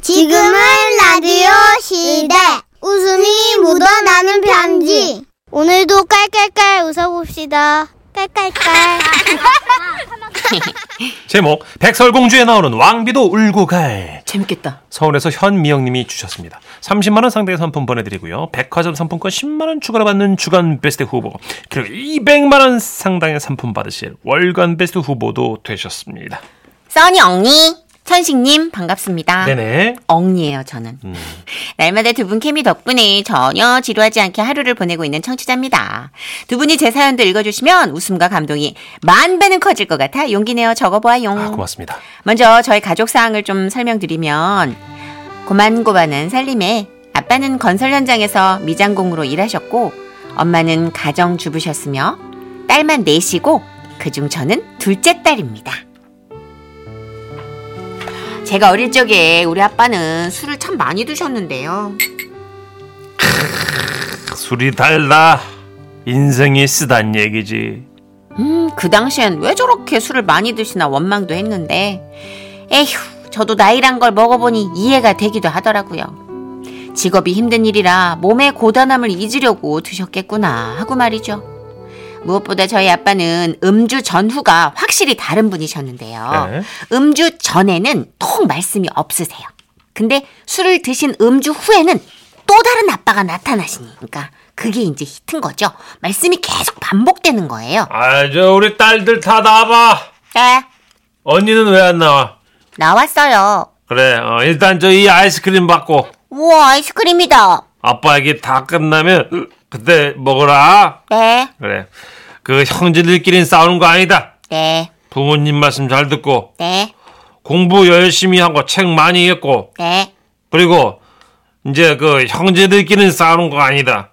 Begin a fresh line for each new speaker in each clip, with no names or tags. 지금은 라디오 시대. 웃음이 묻어나는 편지. 오늘도 깔깔깔 웃어봅시다. 깔깔깔.
제목 백설공주에 나오는 왕비도 울고 갈
재밌겠다.
서울에서 현미영님이 주셨습니다. 30만 원 상당의 상품 보내드리고요. 백화점 상품권 10만 원 추가로 받는 주간 베스트 후보 그리고 200만 원 상당의 상품 받으실 월간 베스트 후보도 되셨습니다.
써니 엉니, 천식님 반갑습니다.
네네. 음.
엉니예요 저는. 날마다 두 분 케미 덕분에 전혀 지루하지 않게 하루를 보내고 있는 청취자입니다. 두 분이 제 사연도 읽어주시면 웃음과 감동이 만 배는 커질 것 같아 용기 내어 적어보아요.
아, 고맙습니다.
먼저 저희 가족 사항을 좀 설명드리면 고만고만한 살림에 아빠는 건설 현장에서 미장공으로 일하셨고 엄마는 가정 주부셨으며 딸만 넷이고 그중 저는 둘째 딸입니다. 제가 어릴 적에 우리 아빠는 술을 참 많이 드셨는데요.
술이 달라 인생이 쓰단 얘기지.
음, 그 당시엔 왜 저렇게 술을 많이 드시나 원망도 했는데, 에휴, 저도 나이란 걸 먹어보니 이해가 되기도 하더라고요. 직업이 힘든 일이라 몸의 고단함을 잊으려고 드셨겠구나 하고 말이죠. 무엇보다 저희 아빠는 음주 전후가 확실히 다른 분이셨는데요.
네.
음주 전에는 통 말씀이 없으세요. 근데 술을 드신 음주 후에는 또 다른 아빠가 나타나시니, 그러니까 그게 이제 히트인 거죠. 말씀이 계속 반복되는 거예요.
아 저 우리 딸들 다 나와봐.
네,
언니는 왜 안 나와?
나왔어요.
그래 어, 일단 저 이 아이스크림 받고
우와, 아이스크림이다.
아빠에게 다 끝나면 그때 먹어라.
네,
그래. 그 형제들끼리 싸우는 거 아니다.
네,
부모님 말씀 잘 듣고
네,
공부 열심히 하고 책 많이 읽고
네,
그리고 이제 그 형제들끼리 싸우는 거 아니다.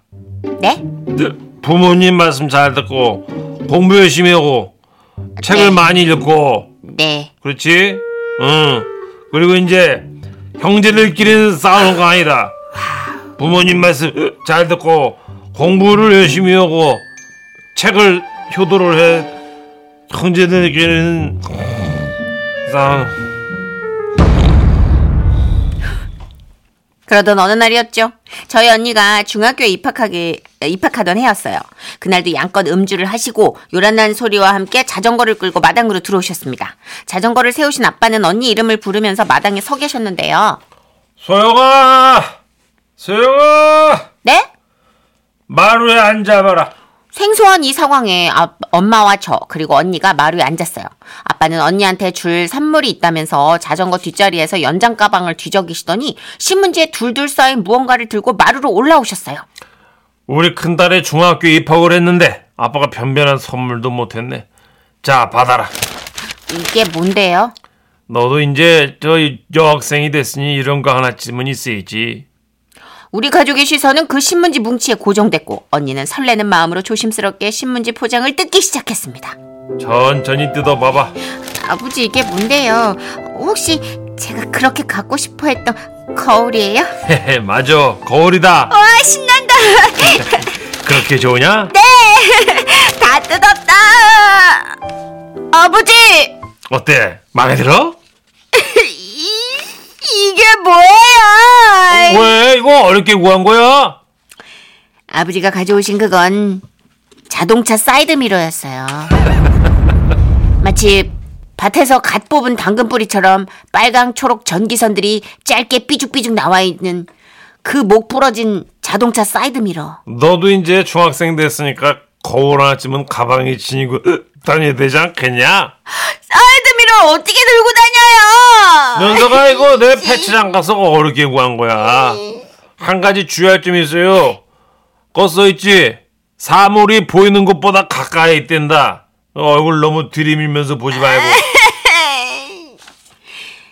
네.
네, 부모님 말씀 잘 듣고 공부 열심히 하고 책을
네.
많이 읽고
네.
그렇지? 응. 그리고 이제 형제들끼리 싸우는 거 아니다. 부모님 말씀 잘 듣고 공부를 열심히 하고 책을 효도를 해. 형제들끼리는 싸움.
그러던 어느 날이었죠. 저희 언니가 중학교에 입학하기 입학하던 해였어요. 그날도 양껏 음주를 하시고 요란한 소리와 함께 자전거를 끌고 마당으로 들어오셨습니다. 자전거를 세우신 아빠는 언니 이름을 부르면서 마당에 서 계셨는데요.
소영아, 소영아,
네?
마루에 앉아봐라.
생소한 이 상황에 아, 엄마와 저 그리고 언니가 마루에 앉았어요. 아빠는 언니한테 줄 선물이 있다면서 자전거 뒷자리에서 연장 가방을 뒤적이시더니 신문지에 둘둘 쌓인 무언가를 들고 마루로 올라오셨어요.
우리 큰딸이 중학교 입학을 했는데 아빠가 변변한 선물도 못했네. 자 받아라.
이게 뭔데요?
너도 이제 저 여학생이 됐으니 이런 거 하나쯤은 있어야지.
우리 가족의 시선은 그 신문지 뭉치에 고정됐고 언니는 설레는 마음으로 조심스럽게 신문지 포장을 뜯기 시작했습니다.
천천히 뜯어봐봐.
아버지 이게 뭔데요? 혹시 제가 그렇게 갖고 싶어 했던 거울이에요?
헤헤, 맞아. 거울이다.
와 신난다.
그렇게 좋으냐?
다 뜯었다. 아버지,
어때? 마음에 들어?
이, 게 뭐예요?
왜? 이거 어렵게 구한 거야?
아버지가 가져오신 그건 자동차 사이드 미러였어요. 마치 밭에서 갓 뽑은 당근뿌리처럼 빨강 초록 전기선들이 짧게 삐죽삐죽 나와 있는 그 목 부러진 자동차 사이드 미러.
너도 이제 중학생 됐으니까 거울 하나쯤은 가방에 지니고 으, 다녀야 되지 않겠냐?
사이드 미러 어떻게 들고 다녀요?
면서가 이거 내 패치장 가서 어렵게 구한 거야. 한 가지 주의할 점이 있어요. 거 써있지? 사물이 보이는 것보다 가까이 있댄다. 얼굴 너무 들이밀면서 보지 말고.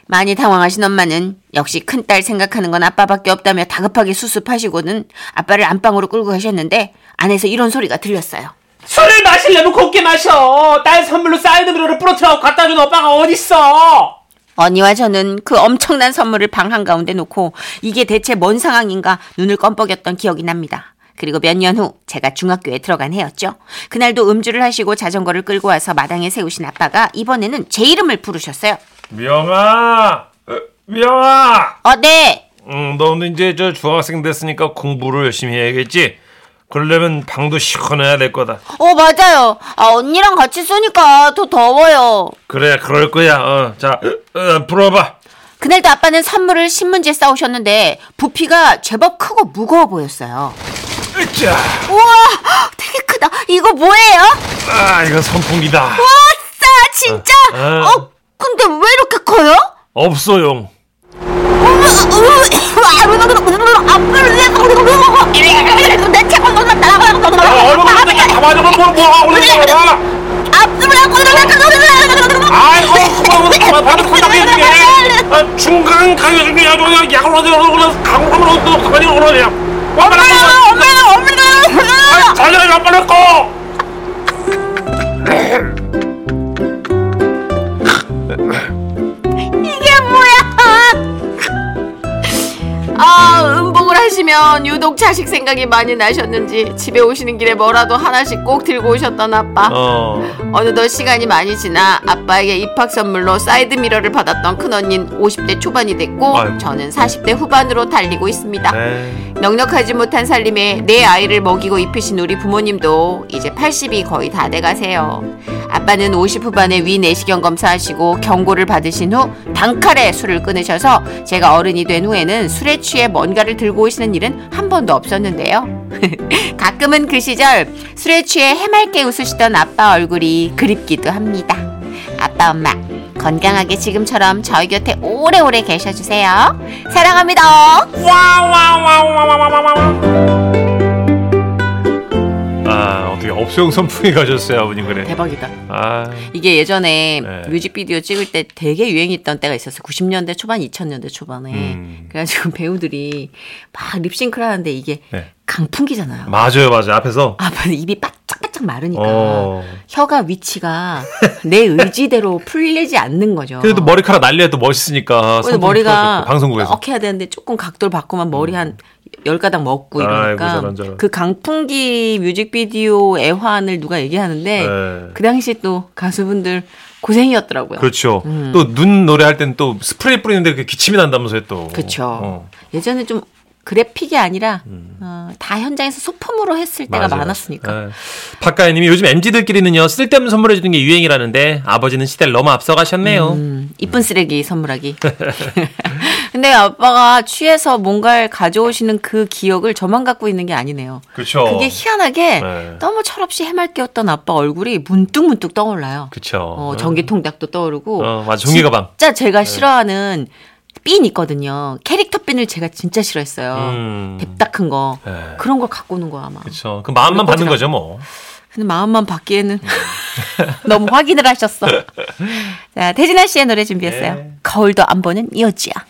많이 당황하신 엄마는 역시 큰딸 생각하는 건 아빠밖에 없다며 다급하게 수습하시고는 아빠를 안방으로 끌고 가셨는데 안에서 이런 소리가 들렸어요.
술을 마시려면 곱게 마셔. 딸 선물로 사이드 미러를 부러뜨려고 갖다 준 오빠가 어딨어.
언니와 저는 그 엄청난 선물을 방 한가운데 놓고 이게 대체 뭔 상황인가 눈을 껌뻑였던 기억이 납니다. 그리고 몇 년 후 제가 중학교에 들어간 해였죠. 그날도 음주를 하시고 자전거를 끌고 와서 마당에 세우신 아빠가 이번에는 제 이름을 부르셨어요.
명아, 미영아!
아, 네.
응, 너는 이제 저 중학생 됐으니까 공부를 열심히 해야겠지. 그러려면 방도 시원해야 될 거다.
어, 맞아요. 아, 언니랑 같이 쏘니까 더 더워요.
그래, 그럴 거야. 어, 자, 어, 불어봐.
그날도 아빠는 선물을 신문지에 싸오셨는데 부피가 제법 크고 무거워 보였어요.
자,
우와, 되게 크다. 이거 뭐예요?
아, 이거 선풍기다.
아싸, 진짜?
아.
어, 근데 왜 이렇게 커요?
없어용. 아, 얼굴 근데 가만히 뭐, 뭐 하고 있는 거야? 아이고, 뭐, 그만, 바로 콜라게 해주게. 아, 중간 강요 중에 아주 그냥 약을 얻어, 그냥 강으로 얻어, 가만히 얼어야. 와, 빨리, 달려야, 빨리 꺼!
이게 뭐야? 아, 음복을 하시면 유독 자식 생각이 많이 나셨는지 집에 오시는 길에 뭐라도 하나씩 꼭 들고 오셨던 아빠.
어,
어느덧 시간이 많이 지나 아빠에게 입학 선물로 사이드 미러를 받았던 큰언니는 50대 초반이 됐고
아이고.
저는 40대 후반으로 달리고 있습니다.
에이,
넉넉하지 못한 살림에 내 아이를 먹이고 입히신 우리 부모님도 이제 80이 거의 다 돼가세요. 아빠는 50 후반에 위 내시경 검사하시고 경고를 받으신 후 단칼에 술을 끊으셔서 제가 어른이 된 후에는 술에 취해 뭔가를 들고 오시는 일은 한 번도 없었는데요. 가끔은 그 시절 술에 취해 해맑게 웃으시던 아빠 얼굴이 그립기도 합니다. 아빠 엄마 건강하게 지금처럼 저희 곁에 오래오래 계셔주세요. 사랑합니다.
아, 어떻게 없어용 선풍기 가졌어요, 아버님, 그래.
대박이다.
아,
이게 예전에
네.
뮤직비디오 찍을 때 되게 유행했던 때가 있었어. 90년대 초반, 2000년대 초반에.
음.
그래가지고 배우들이 막 립싱크를 하는데 이게
네.
강풍기잖아요.
맞아요, 맞아요. 앞에서.
아, 맞아. 입이 바짝바짝 마르니까.
어.
혀가 위치가 내 의지대로 풀리지 않는 거죠.
그래도 머리카락 날려도 멋있으니까.
그래서
선풍기
머리가
틀어줬고, 방송국에서.
떡 해야 되는데 조금 각도를 바꾸면 머리 한 열가닥 먹고 이러니까
아이고, 저런, 저런.
그 강풍기 뮤직비디오 애환을 누가 얘기하는데
네.
그 당시 또 가수분들 고생이었더라고요.
그렇죠.
음.
또 눈 노래할 땐 또 스프레이 뿌리는데 그 기침이 난다면서요 또.
그쵸.
어. 음.
예전에 좀 그래픽이 아니라 어, 다 현장에서 소품으로 했을 때가
맞아요.
많았으니까.
예. 박가연님이 요즘 MZ들끼리는요 쓸데없는 선물해주는 게 유행이라는데 아버지는 시대를 너무 앞서가셨네요.
음, 이쁜 쓰레기 선물하기. 근데 아빠가 취해서 뭔가를 가져오시는 그 기억을 저만 갖고 있는 게 아니네요.
그렇죠.
그게 희한하게
네.
너무 철없이 해맑게 었던 아빠 얼굴이 문득문득 떠올라요.
그쵸.
어, 전기통닭도 떠오르고.
어, 맞아. 전기가방. 네.
진짜 제가 싫어하는 삔 있거든요. 캐릭터 삔을 제가 진짜 싫어했어요.
음.
덥다 큰 거.
네.
그런 걸 갖고 오는 거야, 아마.
그렇죠. 그 마음만 받는
꽂으라고.
거죠 뭐.
근데 마음만 받기에는 너무 확인을 하셨어. 자, 태진아 씨의 노래 준비했어요. 거울도 안 보는 이어지야.